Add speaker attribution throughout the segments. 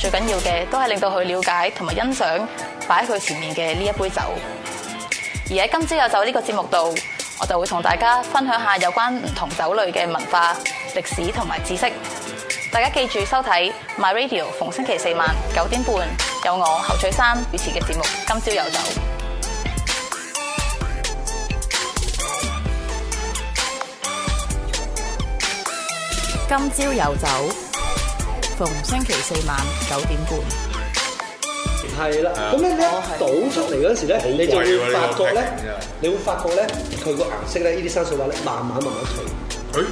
Speaker 1: 最緊要嘅都係令到佢了解同埋欣賞擺喺佢前面嘅呢一杯酒。而喺今朝有酒呢個節目度，我就會同大家分享下有關唔同酒類嘅文化、歷史同埋知識。大家記住收睇 My Radio，逢星期四晚九點半有我侯翠珊主持嘅節目《今朝有酒》。今朝有酒，逢星期四晚九點半。
Speaker 2: 係啦，
Speaker 3: 啊
Speaker 2: 咁咧你
Speaker 3: 哦
Speaker 2: 一倒出嚟嗰陣時咧，你就會發覺咧
Speaker 3: 貴喎呢個 packaging 真係，
Speaker 2: 你會發覺咧，佢個顏色咧，呢啲生水畫咧，慢慢慢慢退，
Speaker 3: 佢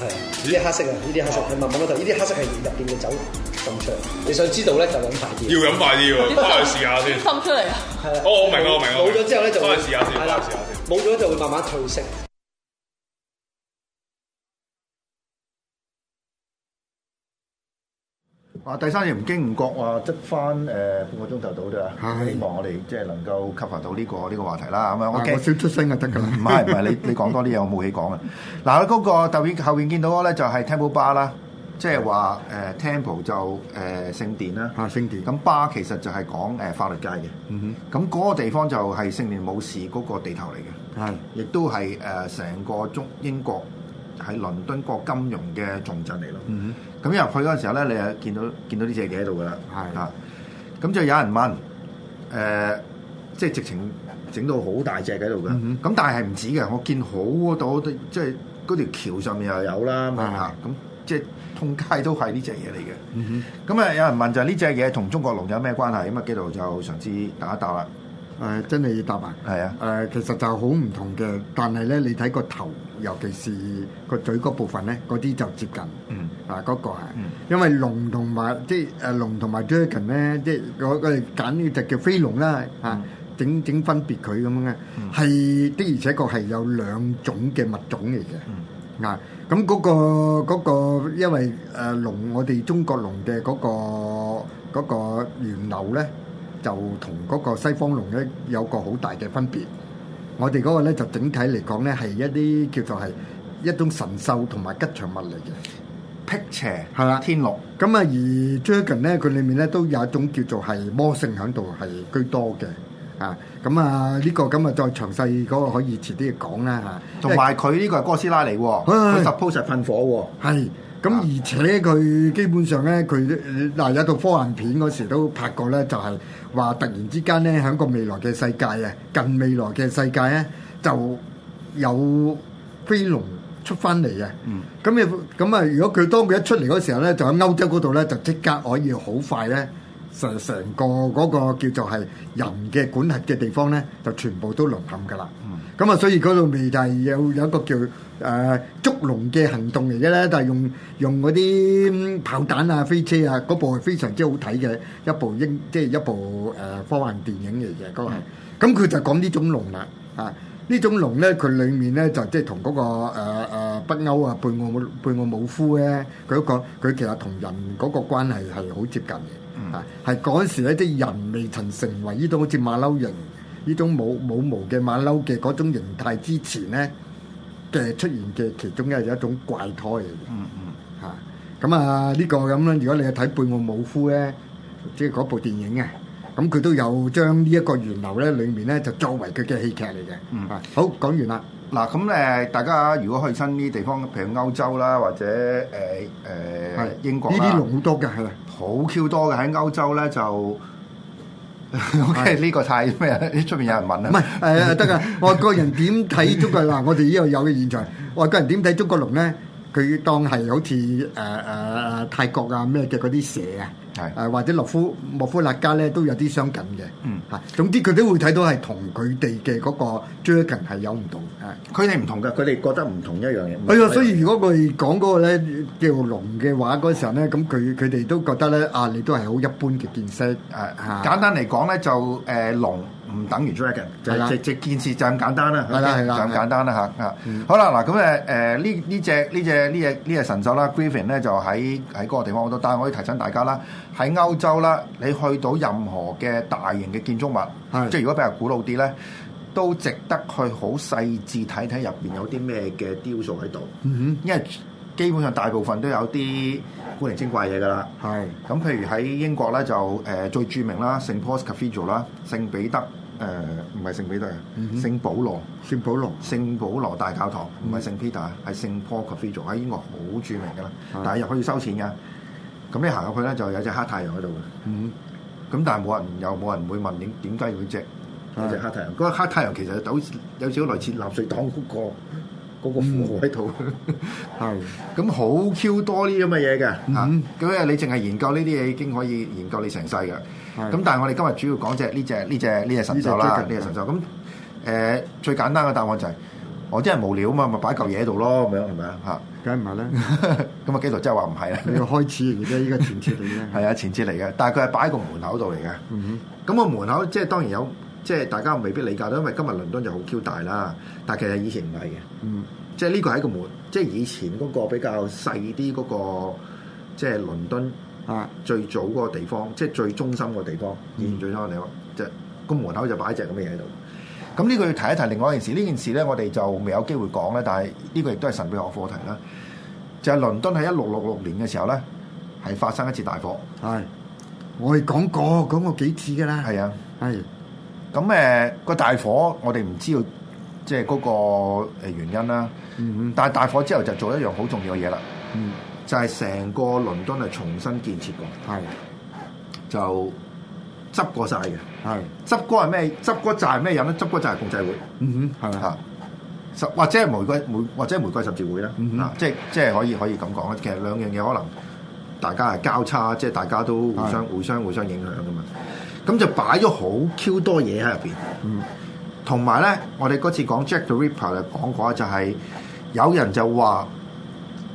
Speaker 2: 係呢啲黑色啊，呢啲黑色係慢慢退，呢啲黑色係入邊嘅酒滲出嚟。你想知道咧，就揾快啲。
Speaker 3: 要飲快啲喎，翻去試下先。
Speaker 1: 滲出嚟啊！
Speaker 2: 係啦，
Speaker 3: 哦我明啦我明啦我
Speaker 2: 冇
Speaker 3: 明
Speaker 2: 咗之後咧就會
Speaker 3: 翻去試下先
Speaker 2: 係啦
Speaker 3: 翻去試下，
Speaker 2: 冇咗就會慢慢褪色。
Speaker 4: 啊，第三嘢唔經唔覺話執翻誒半個鐘頭到啫，
Speaker 5: 係啊
Speaker 4: 希望我哋即係能夠 cover 到呢個呢個話題啦。咁樣
Speaker 5: 我
Speaker 4: OK，
Speaker 5: 少出聲就得㗎啦。
Speaker 4: 唔係唔係，你你講多啲嘢，我冇嘢講啊。嗱，嗰個後邊後邊見到嗰咧就係 Temple Bar 啦，即係話誒 Temple 就誒聖殿啦。
Speaker 5: 下星期咁
Speaker 4: 咁 bar 其實就係講誒法律界嘅。咁嗰個地方就係聖殿武士嗰個地頭嚟嘅，
Speaker 5: 係
Speaker 4: 亦都嗯係誒成個中英國喺倫敦個金融嘅重鎮嚟咯。
Speaker 5: 嗯
Speaker 4: 咁入去嗰陣時候咧，你就見到見到呢隻嘢喺度噶啦，
Speaker 5: 係
Speaker 4: 啊，咁就有人問，誒、呃即係直情整到好大隻喺度嘅，咁、
Speaker 5: 嗯
Speaker 4: 但係係唔止嘅，我見好多都即係嗰條橋上面又有啦，咁
Speaker 5: 係
Speaker 4: 啊咁即係通街都係呢隻嘢嚟
Speaker 5: 嗯
Speaker 4: 嘅，咁啊有人問就係呢隻嘢同中國龍有咩關係？咁啊幾度就嘗試打一打啦，
Speaker 5: 哼，誒真係要答啊！
Speaker 4: 係啊
Speaker 5: 誒、，其實就好唔同嘅，但係咧，你睇個頭，尤其是個嘴嗰部分咧，嗰啲就接近
Speaker 4: 嗯
Speaker 5: 啊嗰、個係，
Speaker 4: 嗯
Speaker 5: 因為龍同埋即係誒龍同埋 dragon 咧，即係我我哋揀呢只叫飛龍啦嚇。
Speaker 4: 嗯
Speaker 5: 整整分別佢咁樣嘅，係、的而且確係有兩種嘅物種嚟嘅。啊，咁嗰、個嗰、個，因為誒、呃、龍，我哋中國龍嘅嗰、個嗰、個源流咧，就同嗰個西方龍咧有個好大嘅分別。我哋嗰個咧就整體嚟講咧係一啲叫做係一種神獸同埋吉祥物嚟嘅。
Speaker 4: 辟邪
Speaker 5: 係啦
Speaker 4: 天龍，
Speaker 5: 咁啊，而 dragon 咧，佢裏面咧都有一種叫做係魔性喺度係居多嘅。啊，咁啊呢、個咁啊再詳細嗰個可以遲啲講啦啊嚇。
Speaker 4: 同埋佢呢個係哥斯拉嚟喎，佢
Speaker 5: 唉
Speaker 4: suppose 係噴火
Speaker 5: 係，咁
Speaker 4: 啊
Speaker 5: 而且佢基本上咧，佢呃嗱有套科幻片嗰時都拍過咧，就係、話突然之間咧，喺個未來嘅世界啊，近未來嘅世界咧，就有飛龍出翻嚟啊！
Speaker 4: 嗯
Speaker 5: 咁你咁啊，如果佢當佢一出嚟嗰時候咧，就喺歐洲嗰度咧，就即刻可以好快咧。成成個嗰個叫做係人嘅管轄嘅地方咧，就全部都淪陷㗎啦。咁啊、所以嗰度咪就係有有一個叫誒、呃捉龍嘅行動嚟嘅咧，但係用用嗰啲嗯炮彈啊、飛車啊，嗰部係非常之好睇嘅一部英即係一部誒、呃科幻電影嚟嘅嗰個係。咁佢就講呢種龍啦，啊呢種龍咧，佢裡面咧就即係同嗰個誒、呃呃北歐啊貝奧貝奧姆夫咧，佢嗰、個佢其實同人嗰個關係係好接近嘅。啊，係嗰陣時咧，啲人未曾成為呢種好似馬騮形呢種冇冇毛嘅馬騮嘅嗰種形態之前咧嘅出現嘅其中嘅一種怪胎嚟嘅。嗯嗯。嚇，咁啊呢個咁樣，如果你係睇貝奧姆夫咧，即係嗰部電影啊。咁佢都有將呢一個源流咧，裡面咧就作為佢嘅戲劇嚟嘅。嗯，好講完啦。
Speaker 4: 嗱，咁誒，大家如果去新呢啲地方，譬如歐洲啦，或者誒誒英國
Speaker 5: 呢
Speaker 4: 啦
Speaker 5: 啲龍好多嘅，係啊，
Speaker 4: 好 Q 多嘅喺歐洲咧就 ，OK 呢個太咩啊？出邊有人問啦，
Speaker 5: 唔係誒得㗎。外國人點睇中 國嗱？我哋呢度有嘅現象，外國人點睇中國龍咧？佢當係好似誒誒誒泰國啊咩嘅嗰啲蛇啊，
Speaker 4: 係
Speaker 5: 誒、或者洛夫莫夫勒加咧都有啲相近嘅，
Speaker 4: 嗯
Speaker 5: 嚇、總之佢都會睇到係同佢哋嘅嗰個 dragon 係有唔同啊。
Speaker 4: 佢哋唔同㗎，佢哋覺得唔同一樣嘢。
Speaker 5: 係啊，所以如果我哋講嗰個咧叫龍嘅話嗰陣咧，咁佢佢哋都覺得咧啊，你都係好一般嘅見識
Speaker 4: 誒
Speaker 5: 啊
Speaker 4: 簡單嚟講咧，就誒龍唔等於 dragon，就
Speaker 5: 係啦
Speaker 4: 係直直件事就咁簡單啦，
Speaker 5: 係啦
Speaker 4: OK，
Speaker 5: 係啦
Speaker 4: 就咁
Speaker 5: 係嗯
Speaker 4: 簡單啦嚇嚇。好啦，嗱咁誒誒呢呢只呢只呢只呢只神獸啦，Griffin 咧就喺喺嗰個地方好多，但係我可以提醒大家啦，喺歐洲啦，你去到任何嘅大型嘅建築物，
Speaker 5: 係
Speaker 4: 即係如果比較古老啲咧。都值得去好細緻睇睇入邊有啲咩嘅雕塑喺度，
Speaker 5: 嗯
Speaker 4: 因為基本上大部分都有啲古靈精怪嘢㗎啦。
Speaker 5: 係
Speaker 4: 咁譬如喺英國咧就誒、呃最著名啦，聖 Paul's Cathedral 啦，聖彼得誒呃唔係聖彼得啊，聖保羅
Speaker 5: 嗯聖保羅嗯
Speaker 4: 聖保羅大教堂，唔係聖 Peter，係聖 Paul Cathedral 喺英國好著名噶啦，
Speaker 5: 啊
Speaker 4: 但係入去要收錢㗎。咁你行入去咧就有隻黑太陽喺度嘅，
Speaker 5: 嗯
Speaker 4: 咁但係冇人又冇人會問點點解要隻
Speaker 5: 啊
Speaker 4: 有隻黑太陽？嗰個黑太陽其實有有少少類似納粹黨嗰個嗰個符號喺度。
Speaker 5: 係
Speaker 4: 咁好 Q 多呢啲咁嘅嘢嘅嚇，咁咧你淨係研究呢啲嘢已經可以研究你成世嘅。
Speaker 5: 係
Speaker 4: 咁但係我哋今日主要講只呢只呢只呢只神獸啦，呢
Speaker 5: 呢隻
Speaker 4: 只
Speaker 5: dragon
Speaker 4: 神獸。咁誒、呃最簡單嘅答案就係、我真係無聊啊嘛，咪擺嚿嘢喺度咯，咁樣係咪啊？嚇！
Speaker 5: 梗係唔係啦？
Speaker 4: 咁啊，基度真係話唔係啦，
Speaker 5: 你要開始而家呢個前設嚟嘅。 嗯
Speaker 4: 係啊，前節嚟嘅，但係佢係擺喺個門口度嚟嘅。咁個門口即係當然有，即係大家未必理解到，因為今日倫敦就好 Q 大啦，但係其實以前唔係嘅。
Speaker 5: 嗯
Speaker 4: 即係呢個係一個門，即係以前嗰個比較細啲嗰個，即係倫敦
Speaker 5: 啊
Speaker 4: 最早嗰個地方，即係最中心個地方，以前最中心嘅地方，就個門口就擺一隻咁嘅嘢喺度。咁呢個要提一提另外一件事，呢件事咧我哋就未有機會講咧，但係呢個亦都係神秘學課題啦。就係、倫敦喺一六六六年嘅時候咧，係發生一次大火，
Speaker 5: 係，我哋講過講過幾次㗎啦。
Speaker 4: 係啊。
Speaker 5: 係
Speaker 4: 咁誒個大火，我哋唔知道即係嗰個呃原因啦。
Speaker 5: 嗯
Speaker 4: 但係大火之後就做一樣好重要嘅嘢啦，
Speaker 5: 嗯
Speaker 4: 就係、成個倫敦係重新建設過，
Speaker 5: 係
Speaker 4: 就執過晒嘅。
Speaker 5: 係
Speaker 4: 執過係咩？執過就係咩人咧？執過就係共濟會
Speaker 5: 嗯哼係啊
Speaker 4: 嚇，十或者係玫瑰玫或者係玫瑰十字會啦。
Speaker 5: 嗯哼
Speaker 4: 啊，即係即係可以可以咁講啦。其實兩樣嘢可能大家係交叉，即係大家都互相互相互相影響噶嘛。咁就擺咗好 Q 多嘢喺入邊。
Speaker 5: 嗯
Speaker 4: 同埋咧，我哋嗰次講 Jack the Ripper 就講過就係、有人就話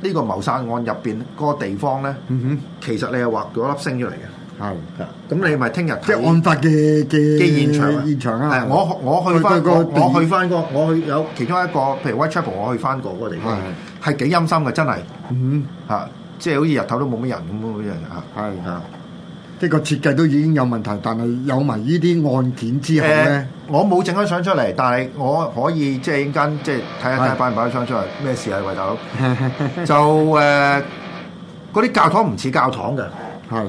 Speaker 4: 呢個謀殺案入邊嗰個地方咧，
Speaker 5: 嗯
Speaker 4: 其實你係畫咗粒星出嚟嘅。
Speaker 5: 哼係，
Speaker 4: 咁你咪聽日睇
Speaker 5: 即係案發嘅嘅
Speaker 4: 嘅現場啊
Speaker 5: 現場啊！
Speaker 4: 係我我去翻
Speaker 5: 佢佢
Speaker 4: 我
Speaker 5: 個地
Speaker 4: 我去翻個我去有其中一個，譬如 Whitechapel，我去翻過嗰個地方，係幾陰森嘅，真係
Speaker 5: 嗯
Speaker 4: 嚇，即係好似日頭都冇乜人咁嗰啲人嚇。
Speaker 5: 哼係。
Speaker 4: 嚇
Speaker 5: 即係個設計都已經有問題，但係有埋呢啲案件之後
Speaker 4: 誒
Speaker 5: 咧，，
Speaker 4: 我冇整張相出嚟，但係我可以即係一間即係睇一睇
Speaker 5: 係
Speaker 4: 擺唔擺張相出嚟，咩事啊？喂 大佬，就誒嗰啲教堂唔似教堂嘅，
Speaker 5: 係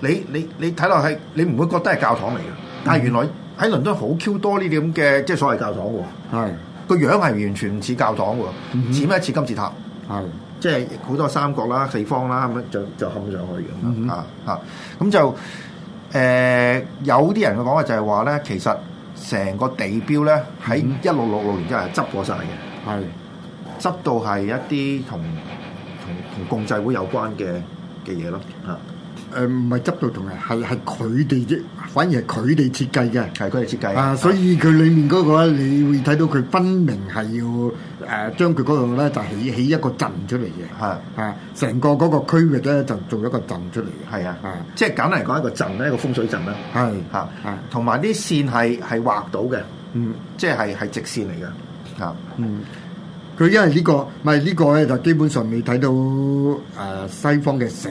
Speaker 4: 你你你睇落係你唔會覺得係教堂嚟嘅，但係原來喺倫敦好 Q 多呢啲咁嘅即係所謂教堂喎。
Speaker 5: 係
Speaker 4: 個樣係完全唔似教堂
Speaker 5: 嗯
Speaker 4: 喎，似咩似金字塔，
Speaker 5: 係
Speaker 4: 即係好多三角啦、四方啦咁樣就就冚上去咁
Speaker 5: 嗯哼
Speaker 4: 啊啊！咁就誒、有啲人嘅講法就係話咧，其實成個地標咧喺
Speaker 5: 嗯
Speaker 4: 一六六六年之後係執過晒嘅，
Speaker 5: 係
Speaker 4: 執到係一啲同同同共濟會有關嘅嘅嘢咯啊！
Speaker 5: 誒呃唔係執到同人係係佢哋啫，反而係佢哋設計嘅。
Speaker 4: 係佢哋設計
Speaker 5: 啊，所以佢裡面嗰個咧，你會睇到佢分明係要誒、將佢嗰度咧就起起一個陣出嚟嘅，
Speaker 4: 係
Speaker 5: 啊，成個嗰個區域咧就做一個陣出嚟嘅，
Speaker 4: 係啊
Speaker 5: 啊，
Speaker 4: 即係簡單嚟講一個陣咧，一個風水陣啦
Speaker 5: 係
Speaker 4: 嚇
Speaker 5: 啊，
Speaker 4: 同埋啲線係係畫到嘅，
Speaker 5: 嗯
Speaker 4: 即係係直線嚟嘅啊。
Speaker 5: 嗯，佢因為呢、個唔係呢個咧就基本上未睇到誒、西方嘅城。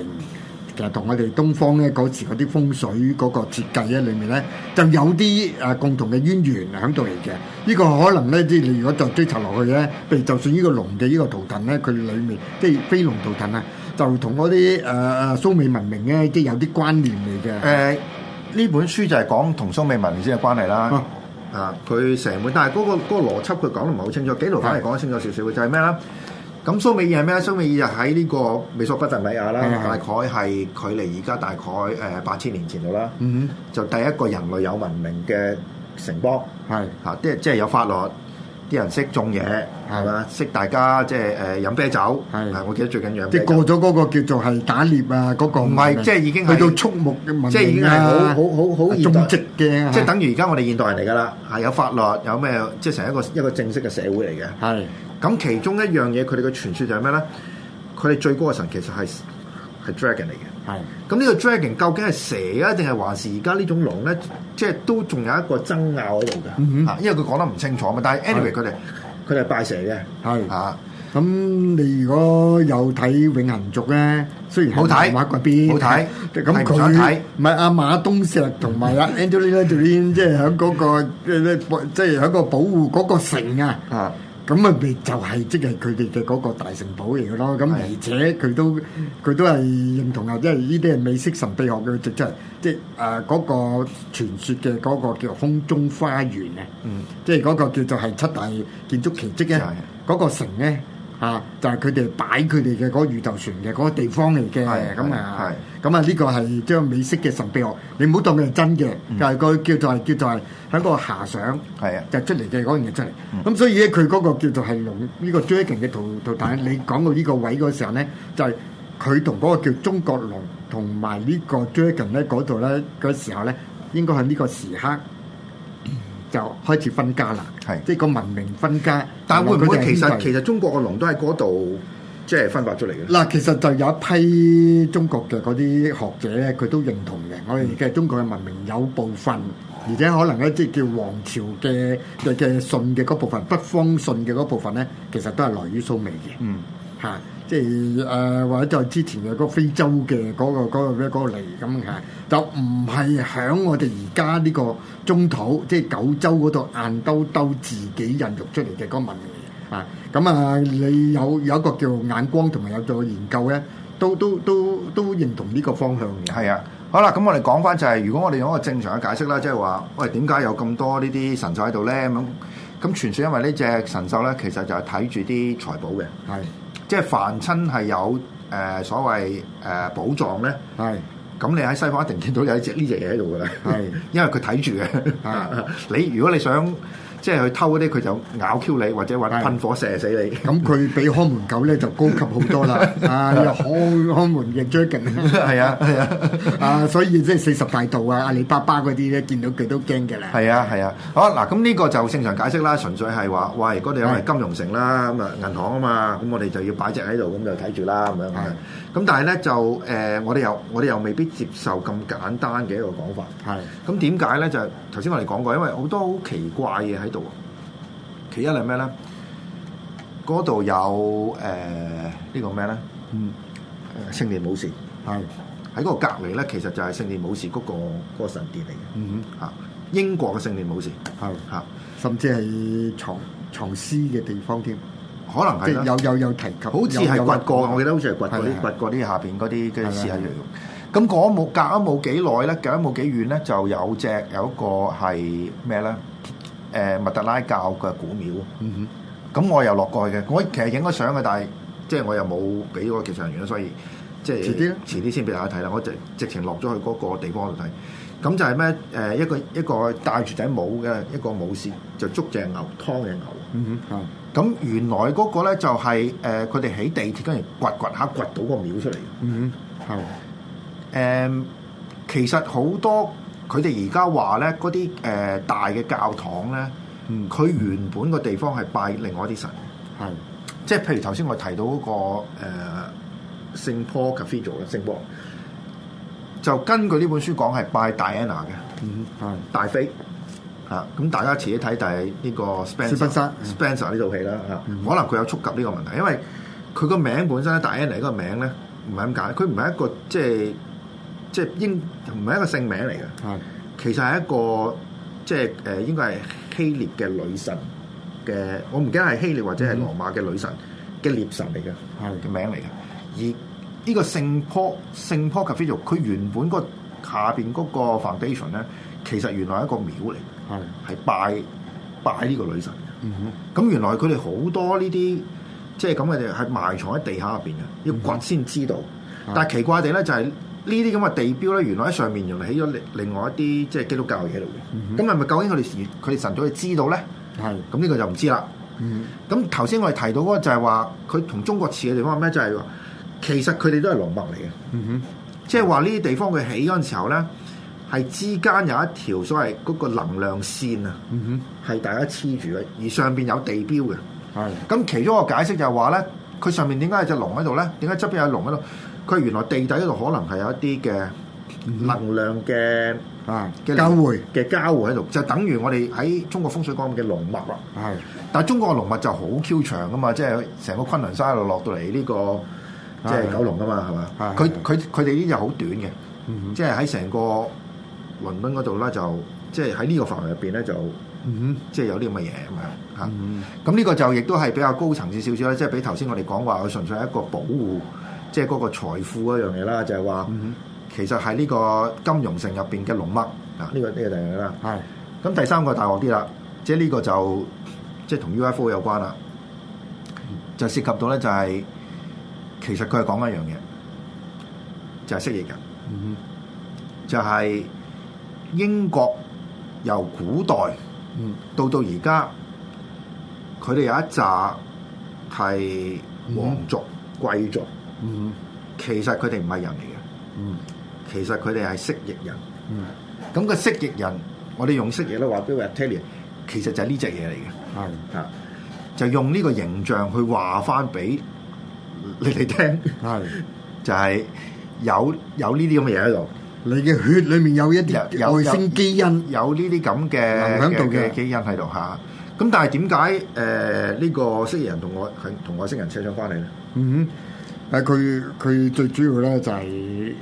Speaker 5: 其實同我哋東方咧嗰時嗰啲風水嗰個設計咧，裏面咧就有啲誒共同嘅淵源喺度嚟嘅。呢、個可能咧，即係你如果就追查落去咧，譬如就算呢個龍嘅呢個圖騰咧，佢裡面即係飛龍圖騰啊，就同嗰啲誒誒蘇美文明咧，即係有啲關聯嚟嘅。
Speaker 4: 誒呢、本書就係講同蘇美文明先嘅關係啦
Speaker 5: 啊。
Speaker 4: 啊，佢成本，但係嗰、個嗰、個邏輯佢講得唔係好清楚，幾度反而講得清楚少少嘅就係咩啦？咁蘇美爾係咩咧？蘇美爾就喺呢個美索不達米亞啦，
Speaker 5: 係係
Speaker 4: 大概係距離而家大概誒八千年前度啦。
Speaker 5: 嗯
Speaker 4: 就第一個人類有文明嘅城邦啊
Speaker 5: 哼，係
Speaker 4: 嚇，即係即係有法律，啲人識種嘢，係嘛？識大家即係誒飲啤酒，
Speaker 5: 係
Speaker 4: 啊我記得最緊要飲
Speaker 5: 即
Speaker 4: 啤
Speaker 5: 係
Speaker 4: 酒
Speaker 5: 過咗嗰個叫做係打獵啊，嗰、個
Speaker 4: 唔係即係已經係
Speaker 5: 去到畜牧嘅文明啊啊
Speaker 4: 即係已經係好好好好現
Speaker 5: 種
Speaker 4: 代
Speaker 5: 植嘅，
Speaker 4: 即係等於而家我哋現代人嚟㗎啦，係有法律，有咩即係成一個一個正式嘅社會嚟嘅。
Speaker 5: 係
Speaker 4: 咁其中一樣嘢，佢哋嘅傳說就係咩咧？佢哋最高嘅神其實係係 dragon 嚟嘅。
Speaker 5: 係
Speaker 4: 咁呢個 dragon 究竟係蛇啊，定係還是而家呢種龍咧？即係都仲有一個爭拗喺度嘅。
Speaker 5: 嗯哼
Speaker 4: 啊因為佢講得唔清楚嘛。但係 anyway，佢哋佢哋係拜蛇嘅。
Speaker 5: 係。
Speaker 4: 啊，
Speaker 5: 咁你如果有睇《永恆族》咧，雖然係
Speaker 4: 好睇
Speaker 5: 漫畫嗰邊
Speaker 4: 好睇
Speaker 5: 咁
Speaker 4: 係唔想
Speaker 5: 佢
Speaker 4: 睇
Speaker 5: 唔係阿馬東石同 埋阿 Angelina Jolie，即係喺嗰個即係喺個保護嗰個城啊。
Speaker 4: 啊
Speaker 5: 咁咪咪就係即係佢哋嘅嗰個大城堡嚟嘅咯，咁而且佢都佢都係認同啊，因為呢啲係美式神秘學嘅，即係即係誒嗰個傳說嘅嗰個叫空中花園啊，
Speaker 4: 嗯
Speaker 5: 即係嗰個叫做係七大建築奇蹟
Speaker 4: 就
Speaker 5: 咧
Speaker 4: 係，
Speaker 5: 嗰個城咧嚇、啊就係佢哋擺佢哋嘅嗰個魚頭船嘅嗰個地方嚟嘅，
Speaker 4: 係
Speaker 5: 咁啊
Speaker 4: 係。
Speaker 5: 咁啊，呢個係將美式嘅神秘學，你唔好當佢係真嘅，就係個叫做係叫做係喺個遐想，
Speaker 4: 嗯係啊嗯
Speaker 5: 就出嚟嘅嗰樣嘢出嚟。咁所以咧，佢嗰個叫做係龍呢個 dragon 嘅圖圖騰，
Speaker 4: 嗯
Speaker 5: 你講到呢個位嗰時候咧，就係佢同嗰個叫中國龍同埋呢個 dragon 咧嗰度咧嗰時候咧，應該喺呢個時刻。就開始分家啦，
Speaker 4: 係
Speaker 5: 即係個文明分家。
Speaker 4: 但係會唔會其
Speaker 5: 原來佢哋
Speaker 4: 實
Speaker 5: 係兄弟
Speaker 4: 其實中國嘅龍都喺嗰度即係分發出嚟嘅咧？
Speaker 5: 嗱，其實就有一批中國嘅嗰啲學者咧，佢都認同嘅。我哋嘅中國嘅文明有部分，而且可能咧即係叫皇朝嘅嘅嘅信嘅嗰部分，北方信嘅嗰部分咧，其實都係來於蘇美嘅。
Speaker 4: 嗯，
Speaker 5: 嚇、即係誒、呃或者就之前嘅嗰個非洲嘅嗰、個嗰、個嗰、個嚟咁嚇，就唔係響我哋而家呢個中土，即係九州嗰度硬兜兜自己孕育出嚟嘅嗰個文明嚟嘅啊。咁啊，你有有一個叫眼光同埋有做研究咧，都都都都認同呢個方向嘅。
Speaker 4: 係啊。好啦，咁我哋講翻就係、如果我哋用一個正常嘅解釋啦，即係話，喂，點解有咁多呢啲神獸喺度咧？咁咁傳說因為呢只神獸咧，其實就係睇住啲財寶嘅，
Speaker 5: 係
Speaker 4: 即係凡親係有誒、呃所謂誒、呃寶藏咧。
Speaker 5: 係
Speaker 4: 咁你喺西方一定見到有一隻呢隻嘢喺度㗎啦，
Speaker 5: 係 啊
Speaker 4: 因為佢睇住嘅
Speaker 5: 係。
Speaker 4: 你如果你想即係去偷嗰啲，佢就咬 Q 你，或者揾
Speaker 5: 係
Speaker 4: 噴火射死你。
Speaker 5: 咁佢比看門狗咧就高級好多啦，啊，有看看門嘅 dragon。
Speaker 4: 係啊，係啊，
Speaker 5: 啊，所以即係四十大道啊、阿里巴巴嗰啲咧，見到佢都驚嘅啦。
Speaker 4: 係啊，係啊。好嗱，咁呢個就正常解釋啦，純粹係話，喂，嗰度有
Speaker 5: 係
Speaker 4: 係金融城啦，咁啊銀行啊嘛，咁我哋就要擺隻喺度，咁就睇住啦，咁樣。
Speaker 5: 係
Speaker 4: 咁但係咧就誒、我哋又我哋又未必接受咁簡單嘅一個講法。
Speaker 5: 係
Speaker 4: 咁點解咧？就係頭先我哋講過，因為好多好奇怪嘅喺度。其一係咩咧？嗰度有誒、呃呢個咩咧？
Speaker 5: 嗯
Speaker 4: 呃聖殿武士
Speaker 5: 係
Speaker 4: 喺嗰個隔離咧，其實就係聖殿武士嗰、個嗰個神殿嚟嘅
Speaker 5: 嗯
Speaker 4: 嚇。啊英國嘅聖殿武啊士
Speaker 5: 係，
Speaker 4: 嚇，
Speaker 5: 甚至係藏藏屍嘅地方添，
Speaker 4: 可能
Speaker 5: 即
Speaker 4: 係啦
Speaker 5: 係有有有提及，
Speaker 4: 好似
Speaker 5: 有有
Speaker 4: 係掘過，我記得好似係掘過
Speaker 5: 係係
Speaker 4: 啲掘過啲下邊嗰啲嘅
Speaker 5: 係
Speaker 4: 屍
Speaker 5: 係
Speaker 4: 喺度。咁嗰冇隔咗冇幾耐咧，隔咗冇幾遠咧，就有隻有一個係咩咧？誒密特拉教嘅古廟。
Speaker 5: 嗯
Speaker 4: 咁我又落過去嘅，我其實影咗相嘅，但係即係我又冇俾嗰個技術人員啦，所以即係
Speaker 5: 遲啲啦
Speaker 4: 遲啲先俾大家睇啦。我直直情落咗去嗰個地方度睇，咁就係咩？誒、一個一個戴住頂帽嘅一個武士就捉隻牛劏嘅牛，
Speaker 5: 嗯哼，
Speaker 4: 咁原來嗰個咧就係誒佢哋喺地鐵跟住掘掘下掘到個廟出嚟嘅。
Speaker 5: 嗯哼，
Speaker 4: 誒、其實好多佢哋而家話咧，嗰啲誒大嘅教堂咧，
Speaker 5: 嗯
Speaker 4: 佢、原本個地方係拜另外一啲神。
Speaker 5: 係係
Speaker 4: 即係譬如頭先我提到嗰、個、呃、聖 Paul Cathedral 咧，聖波就根據呢本書講係拜 Diana 嘅
Speaker 5: 嗯係
Speaker 4: 大妃嚇，咁、大家自己睇，但係呢個 Spencer
Speaker 5: 史賓塞
Speaker 4: Spencer 呢套戲啦嚇，
Speaker 5: 嗯
Speaker 4: 可能佢有觸及呢個問題，因為佢個名本身咧，Diana 呢個名咧唔係咁解，佢唔係一個即係即係英唔係一個姓名嚟嘅，
Speaker 5: 係
Speaker 4: 其實係一個即係誒、呃、應該係希臘嘅女神嘅，我唔記得係希臘或者係羅馬嘅女神嘅獵神嚟嘅。嘅
Speaker 5: 係
Speaker 4: 名嚟嘅。而呢個聖坡聖坡 cathedral，佢原本個下邊嗰個 foundation 咧，其實原來係一個廟嚟，
Speaker 5: 係
Speaker 4: 係拜拜呢個女神嘅。
Speaker 5: 嗯哼
Speaker 4: 咁原來佢哋好多呢啲即係咁嘅嘢係埋藏喺地下入邊嘅，要掘先知道。
Speaker 5: 嗯
Speaker 4: 但係奇怪地咧，就係呢啲咁嘅地標咧，原來喺上面原來起咗另另外一
Speaker 5: 嗯
Speaker 4: 啲即係基督教嘅嘢嚟嘅。咁係咪究竟佢哋佢哋神早就知道咧？
Speaker 5: 係嗯
Speaker 4: 咁呢個就唔知啦。咁頭先我哋提到嗰個就係話，佢同中國似嘅地方係咩？就係、話，其實佢哋都係龍脈嚟嘅，
Speaker 5: 嗯
Speaker 4: 即係話呢啲地方佢起嗰陣時候咧，係之間有一條所謂嗰個能量線啊，係、大家黐住嘅，而上邊有地標嘅。咁其中一個解釋就係話咧，佢上面點解有隻龍喺度咧？點解側邊有龍喺度？佢原來地底嗰度可能係有一啲嘅能量嘅嘅嘅嗯交匯喺度，就等於我哋喺中國風水講嘅龍脈啦。但係中國嘅龍脈就好 Q 長噶嘛，即係成個昆崙山一路落到嚟呢個即係九龍噶嘛，係嘛？
Speaker 5: 係
Speaker 4: 佢
Speaker 5: 係
Speaker 4: 佢佢哋呢就好短嘅，即係喺成個倫敦嗰度咧，就即係喺呢個範圍入邊咧，就
Speaker 5: 嗯
Speaker 4: 即係有啲咁嘅嘢咁樣嚇。咁呢個就亦都係比較高層次少少啦，即係比頭先我哋講話，佢純粹係一個保護，即係嗰個財富嗰樣嘢啦，就係
Speaker 5: 嗯
Speaker 4: 話其實喺呢個金融城入邊嘅龍脈啊，呢個呢個第二樣嘢啦。咁第三個大鑊啲啦，即係呢個就即係同 UFO 有關啦，就涉及到咧就係、其實佢係講一樣嘢，就係蜥蜴人，
Speaker 5: 嗯
Speaker 4: 就係、英國由古代到到而家，佢哋有一紮係皇族、貴族，
Speaker 5: 嗯
Speaker 4: 其實佢哋唔係人嚟嘅，其實佢哋係蜥蜴人。
Speaker 5: 嗯
Speaker 4: 咁個蜥蜴人，我哋用蜥蜴咧話俾 reptilian，其實就係呢只嘢嚟嘅，嚇啊就用呢個形象去話翻俾 你哋聽，就係、有有呢啲咁嘅嘢喺度，有有有呢啲咁嘅
Speaker 5: 能量喺度
Speaker 4: 嘅
Speaker 5: 嘅
Speaker 4: 嘅基因喺度嚇。咁但係點解誒呢個蜥蜴人同外係同外星人扯上關係咧？
Speaker 5: 嗯哼，誒佢佢最主要咧就係、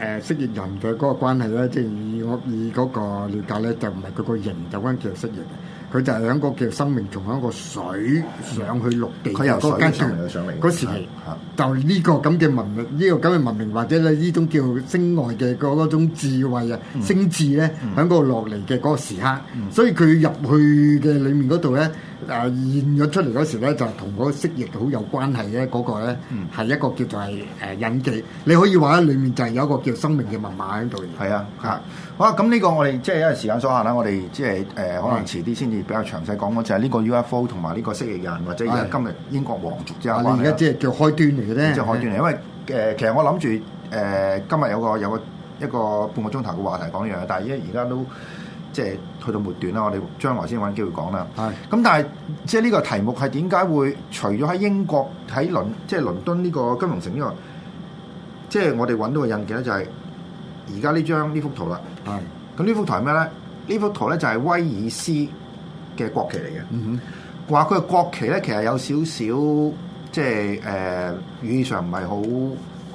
Speaker 5: 誒蜥蜴人嘅嗰個關係咧，即係以我以嗰個了解咧，就唔係佢個形有關叫蜥蜴嘅，佢就係喺嗰個叫生命從一個水上去陸地
Speaker 4: 佢由水
Speaker 5: 嗰個階
Speaker 4: 上
Speaker 5: 段
Speaker 4: 嚟上嚟
Speaker 5: 嗰時期，就呢個咁嘅文明，呢、個咁嘅文明或者咧呢種叫星外嘅嗰嗰種智慧啊、星智咧，喺嗰度落嚟嘅嗰個時刻，所以佢入去嘅裡面嗰度咧，誒、現咗出嚟嗰時咧，就同嗰個蜥蜴好有關係咧，嗰、個咧係、一個叫做係誒印記，你可以話喺裡面就係有一個叫生命嘅密碼喺度嘅。
Speaker 4: 係啊，嚇！好啊，咁呢個我哋即係因為時間所限啦，我哋即係誒可能遲啲先至比較詳細講講，就係呢個 UFO 同埋呢個蜥蜴人，或者而家
Speaker 5: 係
Speaker 4: 今日英國皇族之間
Speaker 5: 啊
Speaker 4: 嘅關係
Speaker 5: 你而家
Speaker 4: 啦。
Speaker 5: 即係叫開端嚟嘅啫，
Speaker 4: 即係海段嚟，因為誒、呃其實我諗住誒呃今日有個有個一個半個鐘頭嘅話題講呢樣嘢，但係因為而家都即係去到末段啦，我哋將來先揾機會講啦。
Speaker 5: 係
Speaker 4: 咁但係即係呢個題目係點解會除咗喺英國喺倫即係倫敦呢個金融城之外，即係我哋揾到個印記咧，就係而家呢張呢幅圖啦。
Speaker 5: 係
Speaker 4: 咁呢幅圖係咩咧？呢幅圖咧就係威爾斯嘅國旗嚟嘅。
Speaker 5: 嗯
Speaker 4: 話佢嘅國旗咧，其實有少少即係誒、呃、語義上唔係好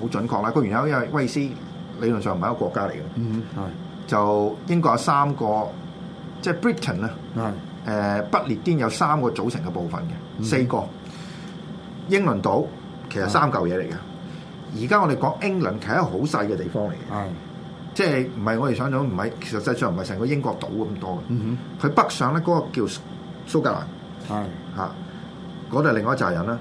Speaker 4: 好準確啦。個原因因為威爾斯理論上唔係一個國家嚟嘅，
Speaker 5: 嗯
Speaker 4: 就英國有三個，即係 Britain 啊，
Speaker 5: 係
Speaker 4: 誒
Speaker 5: 係
Speaker 4: 不列顛有三個組成嘅部分嘅，四個英倫島其實三嚿嘢嚟嘅。而家我哋講英倫其實一個好細嘅地方嚟嘅。
Speaker 5: 係
Speaker 4: 即係唔係我哋想象，唔係其實實際上唔係成個英國島咁多嘅。
Speaker 5: 嗯
Speaker 4: 佢、北上咧嗰、個叫蘇蘇格蘭
Speaker 5: 哼係
Speaker 4: 嚇，嗰度係另外一紮人啦。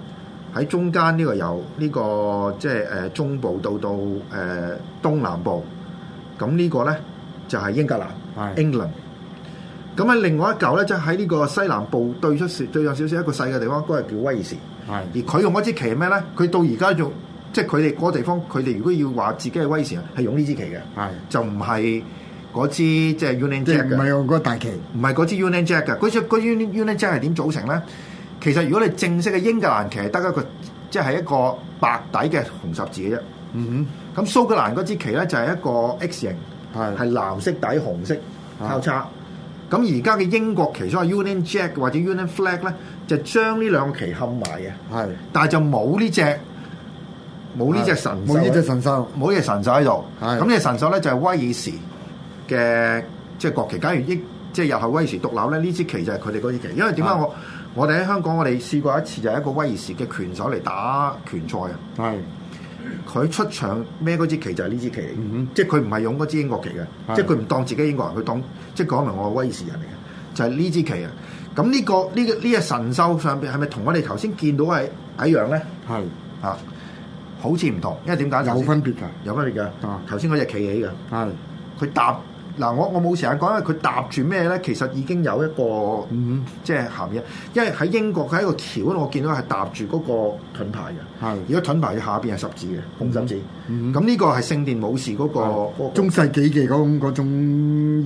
Speaker 4: 喺中間呢個由呢、個即係誒中部到到誒、呃、東南部，咁呢個咧就係、英格蘭
Speaker 5: 係
Speaker 4: England。咁喺另外一嚿咧，即係喺呢個西南部對出少對上少少一個細嘅地方，嗰、個叫威爾士。
Speaker 5: 係
Speaker 4: 而佢用嗰支旗係咩咧？佢到而家仲即係佢哋嗰個地方，佢哋如果要話自己係威爾士人，係用呢支旗嘅。
Speaker 5: 係，
Speaker 4: 就唔係嗰支即係 Union
Speaker 5: 即係
Speaker 4: Jack
Speaker 5: 唔係
Speaker 4: 嘅，
Speaker 5: 用嗰個大旗
Speaker 4: 唔係嗰支 Union Jack 嘅。嗰支嗰 Union Union Jack 係點組成咧？其實如果你正式嘅英格蘭旗係得一個，即係一個白底嘅紅十字嘅啫。
Speaker 5: 嗯
Speaker 4: 咁蘇格蘭嗰支旗咧就係一個 X 型，
Speaker 5: 係啊
Speaker 4: 係藍色底紅色交叉。咁而家嘅英國旗所謂 Union Jack 或者 Union Flag 咧，就將呢兩個旗冚埋嘅，
Speaker 5: 係
Speaker 4: 但係就冇呢只冇呢只神獸
Speaker 5: 冇呢
Speaker 4: 喺
Speaker 5: 隻神獸
Speaker 4: 冇嘢神獸喺度。
Speaker 5: 係
Speaker 4: 咁呢隻神獸咧就係威爾士嘅即係國旗。假如英即係日後威爾士獨立咧，呢支旗就係佢哋嗰支旗。因為點解
Speaker 5: 係
Speaker 4: 我我哋喺香港我哋試過一次就係一個威爾士嘅拳手嚟打拳賽啊，
Speaker 5: 係
Speaker 4: 佢出場孭嗰支旗就係呢支旗嚟嘅，
Speaker 5: 嗯哼
Speaker 4: 即係佢唔係用嗰支英國旗嘅，
Speaker 5: 係
Speaker 4: 即係佢唔當自己英國人，佢當即係講明我係威爾士人嚟嘅，就係呢支旗啊。咁呢、個呢、個呢、隻神獸上邊係咪同我哋頭先見到係一樣咧？
Speaker 5: 係
Speaker 4: 啊，好似唔同，因為點解頭先
Speaker 5: 有分別㗎，
Speaker 4: 有分別㗎
Speaker 5: 啊？
Speaker 4: 頭先嗰只企起㗎。
Speaker 5: 係
Speaker 4: 佢搭嗱，我我冇時間講，因為佢搭住咩咧，其實已經有一個
Speaker 5: 嗯
Speaker 4: 即係鹹嘢，因為喺英國佢喺個橋嗰度，我見到係搭住嗰個盾牌嘅。
Speaker 5: 係
Speaker 4: 而家盾牌嘅下邊係十字嘅，紅十字。
Speaker 5: 嗯哦
Speaker 4: 咁呢個係聖殿武士嗰個嗰個
Speaker 5: 中世紀嘅嗰種嗰種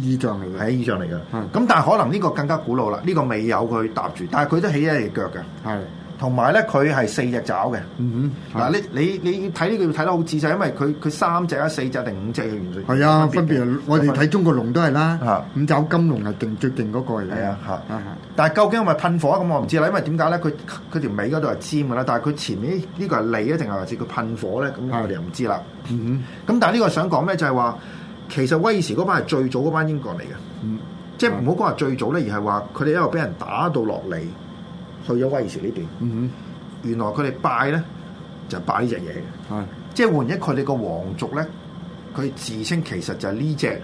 Speaker 5: 意象嚟嘅，
Speaker 4: 喺衣裳嚟嘅。
Speaker 5: 嗯
Speaker 4: 咁但係可能呢個更加古老啦，呢個未有佢搭住，但係佢都起一隻腳嘅，
Speaker 5: 係，
Speaker 4: 同埋咧佢係四隻爪嘅。
Speaker 5: 嗯哼，
Speaker 4: 嗱，你你你睇呢個要睇得好仔細，因為佢佢三隻啊、四隻定五隻嘅元素。
Speaker 5: 係啊，分別我哋睇中國龍都係啦
Speaker 4: 啊，
Speaker 5: 五爪金龍係勁最勁嗰個嚟嘅，
Speaker 4: 係啊嚇
Speaker 5: 啊
Speaker 4: 但係究竟係咪噴火咁我唔知啦，因為點解咧？佢佢條尾嗰度係尖嘅啦，但係佢前面呢個係脷啊，定係還是佢噴火咧？咁
Speaker 5: 係
Speaker 4: 我哋又唔知啦。
Speaker 5: 嗯
Speaker 4: 咁但係呢個想講咩就係話，其實威爾士嗰班係最早嗰班英國嚟嘅，
Speaker 5: 嗯
Speaker 4: 即係唔好講話最早咧，而係話佢哋一路俾人打到落嚟，去咗威爾士呢邊。
Speaker 5: 嗯
Speaker 4: 原來佢哋拜咧就係拜呢只嘢嘅，
Speaker 5: 哼，
Speaker 4: 即係換一佢哋個皇族咧，佢自稱其實就係呢只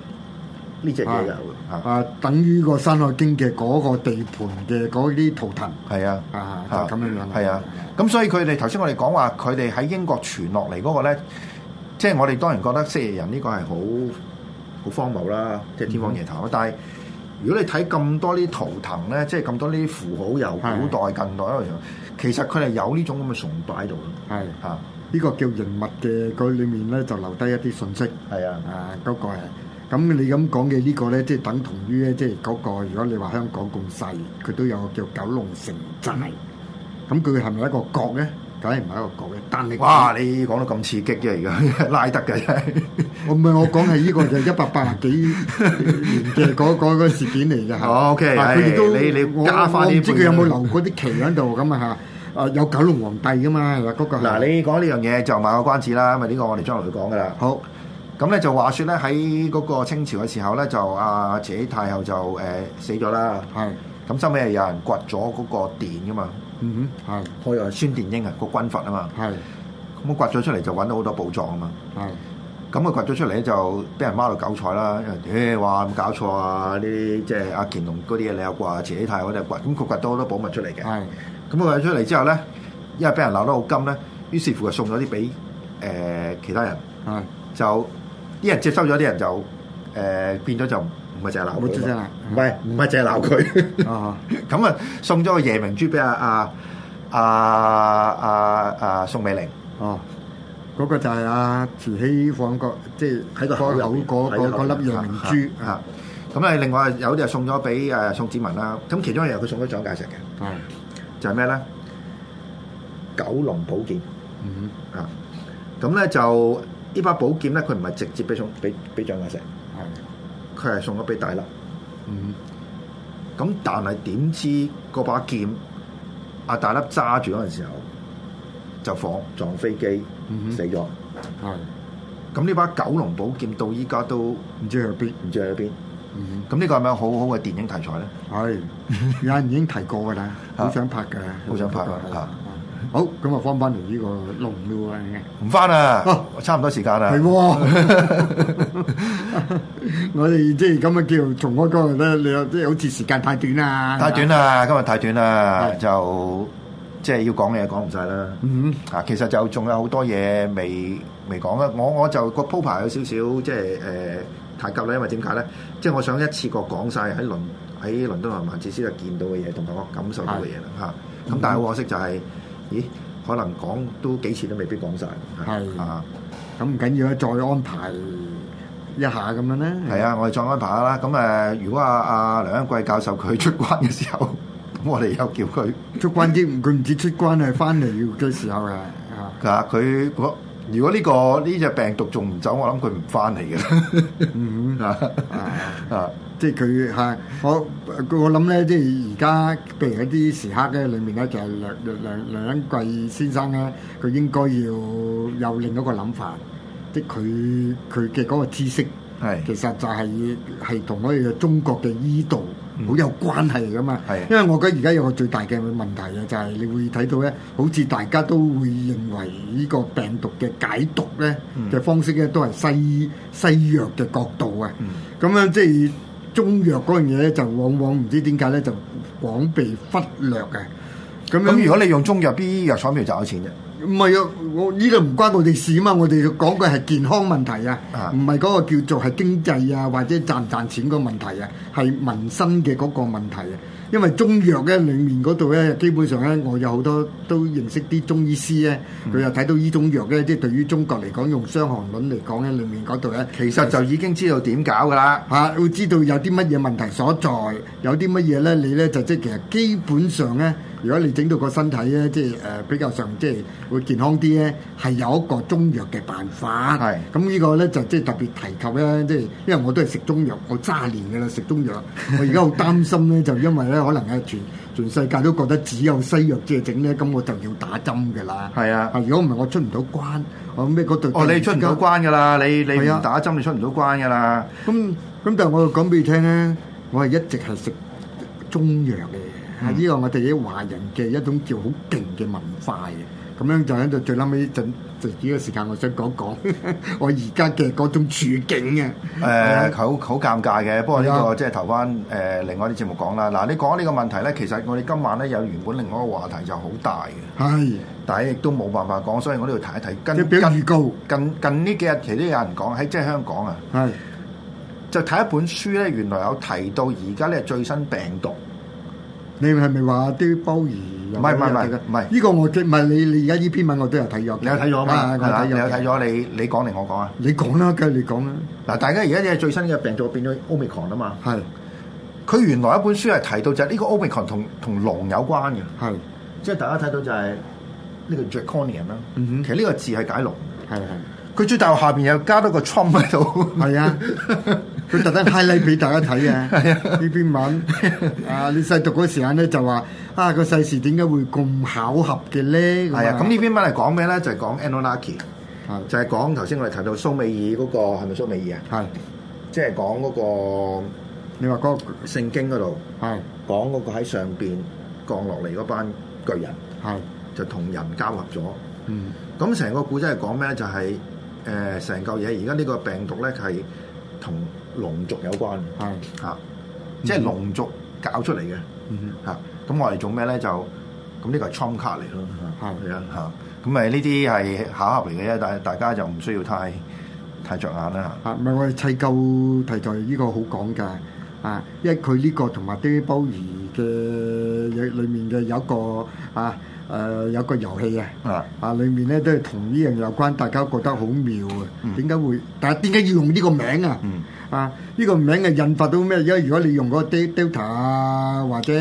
Speaker 4: 呢只嘢有嘅
Speaker 5: 係
Speaker 4: 嚇。
Speaker 5: 啊，等於個《山海經》嘅嗰個地盤嘅嗰啲圖騰
Speaker 4: 係啊。
Speaker 5: 啊，就
Speaker 4: 嚇
Speaker 5: 係咁樣樣，
Speaker 4: 係啊，咁所以佢哋頭先我哋講話佢哋喺英國傳落嚟嗰個咧，即係我哋當然覺得蜥蜴人呢個係好好荒謬啦，即係天方夜譚啊
Speaker 5: 嗯
Speaker 4: 啦。但係如果你睇咁多呢啲圖騰咧，即係咁多呢啲符號，由古代近代一路上，其實佢哋有呢種咁嘅崇拜喺度咯。
Speaker 5: 係
Speaker 4: 嚇，
Speaker 5: 呢個叫形物嘅嗰裏面咧，就留低一啲信息。
Speaker 4: 係啊，
Speaker 5: 啊，嗰、個係。咁你咁講嘅呢個咧，即係等同於咧，即係嗰、個。如果你話香港咁細，佢都有個叫九龍城寨。咁佢係咪一個國咧？梗係唔係一個國嘅，但係
Speaker 4: 哇！你講到咁刺激啫，而家 拉得嘅真係。
Speaker 5: 我唔係我講係呢個就一百八十幾年嘅嗰嗰個事件嚟嘅嚇。
Speaker 4: 哦，OK，
Speaker 5: 啊佢哋都
Speaker 4: 係你你
Speaker 5: 我
Speaker 4: 加返
Speaker 5: 我唔
Speaker 4: 呢
Speaker 5: 知
Speaker 4: 半
Speaker 5: 佢有冇
Speaker 4: 嘢
Speaker 5: 留嗰啲旗喺度咁啊嚇。啊，有九龍皇帝噶嘛？嗰、個係
Speaker 4: 嗱，你講呢樣嘢就賣個關子啦，因啊為呢個我哋將來會講噶啦。
Speaker 5: 好
Speaker 4: 咁咧就話說咧喺嗰個清朝嘅時候咧，就阿慈禧太后就誒、呃死咗啦。
Speaker 5: 係
Speaker 4: 咁收尾係有人掘咗嗰個殿噶嘛，
Speaker 5: 嗯哼
Speaker 4: 我又係孫殿英啊個軍閥啊嘛。
Speaker 5: 係係
Speaker 4: 咁我掘咗出嚟就揾到好多寶藏啊嘛。
Speaker 5: 係
Speaker 4: 咁啊掘咗出嚟咧就俾人孖到九彩啦，因為誒話咁搞錯啊！呢啲即係阿乾隆嗰啲嘢你又掘，慈禧太后嗰啲又掘，咁佢掘到好多寶物出嚟嘅。
Speaker 5: 係
Speaker 4: 咁佢掘咗出嚟之後咧，因為俾人鬧得好金咧，於是乎就送咗啲俾誒其他人。
Speaker 5: 係。
Speaker 4: 就啲人接收咗啲人就誒、呃、變咗就唔係淨係鬧
Speaker 5: 冇出聲
Speaker 4: 佢
Speaker 5: 啦
Speaker 4: 嘛，唔係唔係淨係鬧佢，
Speaker 5: 啊
Speaker 4: 咁啊送咗個夜明珠俾阿阿阿阿阿宋美齡，
Speaker 5: 哦，嗰、個就係阿慈禧放個即係喺個口
Speaker 4: 入
Speaker 5: 嗰
Speaker 4: 邊
Speaker 5: 嗰
Speaker 4: 喺個口
Speaker 5: 嗰
Speaker 4: 入
Speaker 5: 粒
Speaker 4: 邊
Speaker 5: 夜明
Speaker 4: 啊
Speaker 5: 珠
Speaker 4: 啊。咁啊，另外有啲係送咗俾誒宋子文啦，咁其中一樣佢送咗蔣介石嘅，
Speaker 5: 係
Speaker 4: 就係咩咧？九龍寶劍
Speaker 5: 嗯
Speaker 4: 啊，咁咧就呢把寶劍咧，佢唔係直接俾送俾俾蔣介石，
Speaker 5: 係
Speaker 4: 佢係送咗俾大粒。
Speaker 5: 嗯
Speaker 4: 咁但係點知嗰把劍阿大粒揸住嗰陣時候就撞撞飛機
Speaker 5: 嗯哼
Speaker 4: 死咗。
Speaker 5: 係
Speaker 4: 咁呢把九龍寶劍到依家都唔
Speaker 5: 唔知去邊
Speaker 4: 知喺邊。
Speaker 5: 嗯
Speaker 4: 咁呢個係咪好好嘅電影題材咧？
Speaker 5: 係有人已經提過㗎啦，好
Speaker 4: 啊
Speaker 5: 想拍㗎，
Speaker 4: 好想拍
Speaker 5: 㗎
Speaker 4: 啊！
Speaker 5: 好咁啊，翻翻嚟呢個龍咯喎，
Speaker 4: 唔翻啦
Speaker 5: 哦，
Speaker 4: 差唔多時間啦
Speaker 5: 係。喎。我哋即係咁啊，叫重開嗰個咧，你又即係好似時間太短啦，
Speaker 4: 太短
Speaker 5: 啦，
Speaker 4: 啦，今日太短啦，
Speaker 5: 係
Speaker 4: 就即係要講嘅嘢講唔晒啦。
Speaker 5: 嗯
Speaker 4: 啊，其實就仲有好多嘢未未講啦。我我就個鋪排有少少即係誒呃太急啦，因為點解咧？即係我想一次過講晒喺倫喺倫敦同曼徹斯特見到嘅嘢，同埋我感受到嘅嘢啦嚇。咁、但係好可惜就係、咦，可能講都幾次都未必講晒。
Speaker 5: 係
Speaker 4: 啊，
Speaker 5: 咁唔緊要啦，再安排一下咁樣啦，
Speaker 4: 係啊，我哋再安排下啦。咁誒、如果阿、啊、阿、梁恩貴教授佢出關嘅時候， 咁我哋又叫佢
Speaker 5: 出關啲，佢唔止出關係翻嚟要嘅時候啊，啊，
Speaker 4: 啊，佢如果如果呢、個呢只病毒仲唔走，我諗佢唔翻嚟嘅。嗯啊啊！
Speaker 5: 即係佢係我我諗咧，即係而家譬如一啲時刻咧，裡面咧就係梁梁梁梁恩貴先生咧，佢應該要有另一個諗法，即係佢佢嘅嗰個知識。
Speaker 4: 係
Speaker 5: 其實就係係同我哋中國嘅醫道好有關係噶嘛
Speaker 4: 係。
Speaker 5: 因為我覺得而家有個最大嘅問題嘅就係你會睇到咧，好似大家都會認為呢個病毒嘅解讀咧
Speaker 4: 嗯
Speaker 5: 嘅方式咧都係西西藥嘅角度啊
Speaker 4: 嗯。
Speaker 5: 咁樣即係中藥嗰樣嘢咧，就往往唔知點解咧就廣被忽略嘅。咁樣
Speaker 4: 咁如果你用中藥，啲藥廠咪賺咗錢啫。
Speaker 5: 唔係啊，我呢度唔關我哋事啊嘛，我哋講嘅係健康問題啊
Speaker 4: 啊，
Speaker 5: 唔係嗰個叫做係經濟啊或者賺唔賺錢個問題啊，係民生嘅嗰個問題啊。因為中藥咧裡面嗰度咧，基本上咧我有好多都認識啲中醫師咧，佢又睇到呢種藥咧，即係對於中國嚟講用傷寒論嚟講咧，裡面嗰度咧
Speaker 4: 其實就已經知道點搞噶啦。
Speaker 5: 嚇、會啊知道有啲乜嘢問題所在，有啲乜嘢咧？你咧就即係其實基本上咧，如果你整到個身體咧，即係誒、呃比較上即係會健康啲咧，係有一個中藥嘅辦法。
Speaker 4: 係
Speaker 5: 咁呢個咧就即係特別提及咧，即係因為我都係食中藥，我卅年嘅啦食 中藥，我而家好擔心咧，就因為咧可能係全全世界都覺得只有西藥即係整咧，咁我就要打針嘅啦。
Speaker 4: 係啊
Speaker 5: 如果唔係我出唔到關，我咩嗰度
Speaker 4: 哦，你出唔到關噶啦，你你
Speaker 5: 係啊
Speaker 4: 唔打針你出唔到關噶啦。
Speaker 5: 咁咁，但係我講俾你聽咧，我係一直係食中藥嘅，係呢個我哋啲華人嘅一種叫好勁嘅文化嘅。咁樣就喺度最撚尾陣，就呢個時間我想講 講我而家嘅嗰種處境啊。
Speaker 4: 誒好好尷尬嘅，不過呢
Speaker 5: 係
Speaker 4: 個
Speaker 5: 啊
Speaker 4: 即係頭翻誒另外啲節目講啦。嗱，你講呢個問題咧，其實我哋今晚咧有原本另外一個話題就好大嘅，
Speaker 5: 係，
Speaker 4: 但係亦都冇辦法講，所以我呢度睇一睇。
Speaker 5: 即係
Speaker 4: 近
Speaker 5: 俾
Speaker 4: 近
Speaker 5: 預告，
Speaker 4: 近近呢幾日其實都有人講喺即係香港啊，
Speaker 5: 係
Speaker 4: 就睇一本書咧，原來有提到而家咧最新病毒。
Speaker 5: 你係咪話啲鮑魚有
Speaker 4: 唔係唔係
Speaker 5: 有嘢嘅
Speaker 4: 唔係
Speaker 5: 呢個我即唔係你你而家呢篇文我都有睇咗嘅。
Speaker 4: 你有睇咗啊嘛？
Speaker 5: 啊我
Speaker 4: 係啦
Speaker 5: 睇
Speaker 4: 你有
Speaker 5: 咗
Speaker 4: 睇
Speaker 5: 嘅。
Speaker 4: 咗，你你講定我講啊？
Speaker 5: 你講啦，梗係你講啦，
Speaker 4: 嗱，大家而家嘅最新嘅病毒變咗 Omicron 啊嘛。
Speaker 5: 係
Speaker 4: 佢原來一本書係提到就係呢個 Omicron 同同龍有關嘅，
Speaker 5: 係
Speaker 4: 即係大家睇到就係呢個 Draconian 啦。
Speaker 5: 嗯哼
Speaker 4: 其實呢個字係解龍。
Speaker 5: 係係。
Speaker 4: 佢最大下邊又加多個 Trump 喺度。
Speaker 5: 係啊，佢特登 highlight 俾大家睇啊！
Speaker 4: 係啊
Speaker 5: 呢篇文啊，你細讀嗰時間咧就話啊個世事點解會咁巧合嘅 咧？
Speaker 4: 係啊，咁呢篇文係講咩咧？就係講 Anunnaki，
Speaker 5: 係
Speaker 4: 就係講頭先我哋提到蘇美爾嗰個係咪蘇美爾啊？
Speaker 5: 係
Speaker 4: 即係講嗰個
Speaker 5: 你話嗰個
Speaker 4: 聖經嗰度
Speaker 5: 係
Speaker 4: 講嗰個喺上邊降落嚟嗰班巨人，
Speaker 5: 係
Speaker 4: 就同人交合咗。
Speaker 5: 嗯
Speaker 4: 咁成個古仔係講咩咧？就係誒成嚿嘢，而家呢個病毒咧係同龍族有關嘅
Speaker 5: 係
Speaker 4: 嚇，即係龍族搞出嚟嘅
Speaker 5: 嗯
Speaker 4: 嚇。咁我哋做咩咧？就咁呢個係 Trump 卡嚟咯，
Speaker 5: 係
Speaker 4: 係啊嚇。咁咪呢啲係巧合嚟嘅啫，但係大家就唔需要太太着眼啦
Speaker 5: 啊唔係我哋砌夠題材呢個好講㗎啊，因為佢呢個同埋啲鮑魚嘅嘢裡面嘅有一個啊誒、有一個遊戲啊。
Speaker 4: 嚇。啊，
Speaker 5: 啊，裡面咧都係同呢樣有關，大家覺得好妙啊！點解會？但係點解要用呢個名啊？
Speaker 4: 嗯
Speaker 5: 啊，呢、個名係引發到咩？因為如果你用嗰個 de- Delta 啊，或者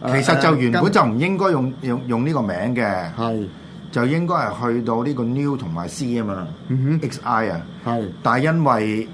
Speaker 5: 呃
Speaker 4: 其實就原本
Speaker 5: 就
Speaker 4: 就唔應該用用用呢個名嘅，
Speaker 5: 係
Speaker 4: 就應該係去到呢個 New 同埋 C 啊嘛
Speaker 5: 嗯哼
Speaker 4: ，XI 啊。
Speaker 5: 係，
Speaker 4: 但係因為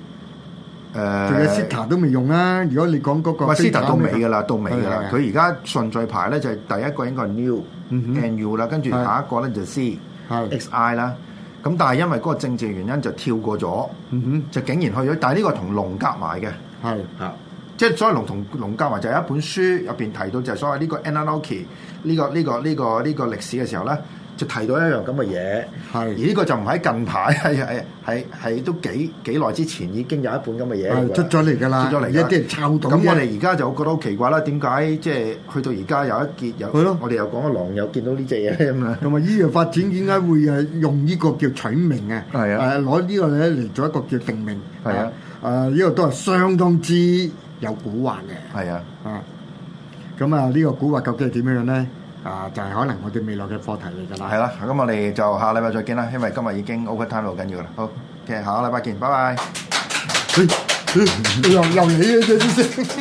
Speaker 4: 呃誒，
Speaker 5: 仲有 Sita 都未用啦。如果你講嗰個
Speaker 4: 喂
Speaker 5: Theta
Speaker 4: Sita 到尾㗎啦，
Speaker 5: 咩
Speaker 4: 到尾㗎
Speaker 5: 係
Speaker 4: 啦
Speaker 5: 啊。
Speaker 4: 佢而家順序排咧就係第一個應該係 New
Speaker 5: 嗯哼
Speaker 4: N U 啦，跟住
Speaker 5: 係
Speaker 4: 下一個咧就 C
Speaker 5: 係
Speaker 4: X I 啦。咁但係因為嗰個政治原因就跳過咗，
Speaker 5: 嗯
Speaker 4: 就竟然去咗。但係呢個同龍夾埋嘅，
Speaker 5: 哼係
Speaker 4: 啊，即係所謂龍同龍夾埋就係一本書入邊提到就係所謂呢個 Anunnaki 呢個呢個呢個呢個歷史嘅時候咧，就提到一樣咁嘅嘢。而
Speaker 5: 係
Speaker 4: 呢個就唔喺近排，係係係係都幾幾耐之前已經有一本咁嘅嘢㗎
Speaker 5: 係
Speaker 4: 啦
Speaker 5: 出咗嚟㗎啦，
Speaker 4: 出咗嚟㗎
Speaker 5: 而家啲人抄到
Speaker 4: 咁我
Speaker 5: 啫
Speaker 4: 哋而家就覺得好奇怪啦，點解即係去到而家有一結有
Speaker 5: 係咯
Speaker 4: 我哋又講個狼又見到呢只嘢咁樣。
Speaker 5: 同埋醫藥發展點解會誒用呢個叫取名啊？
Speaker 4: 係啊
Speaker 5: 誒攞呢個咧嚟做一個叫定名。
Speaker 4: 係啊
Speaker 5: 誒呢個都係相當之有古惑嘅
Speaker 4: 係啊，
Speaker 5: 啊！咁啊，呢個古惑究竟係點樣咧？啊，就係可能我哋未來嘅課題嚟㗎啦。
Speaker 4: 係啦，啊咁我哋就下禮拜再見啦，因為今日已經 over time 好緊要啦。好，OK，下個禮拜見，拜拜。
Speaker 5: 嘿，嘿又又嚟嘅啫，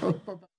Speaker 5: 真係。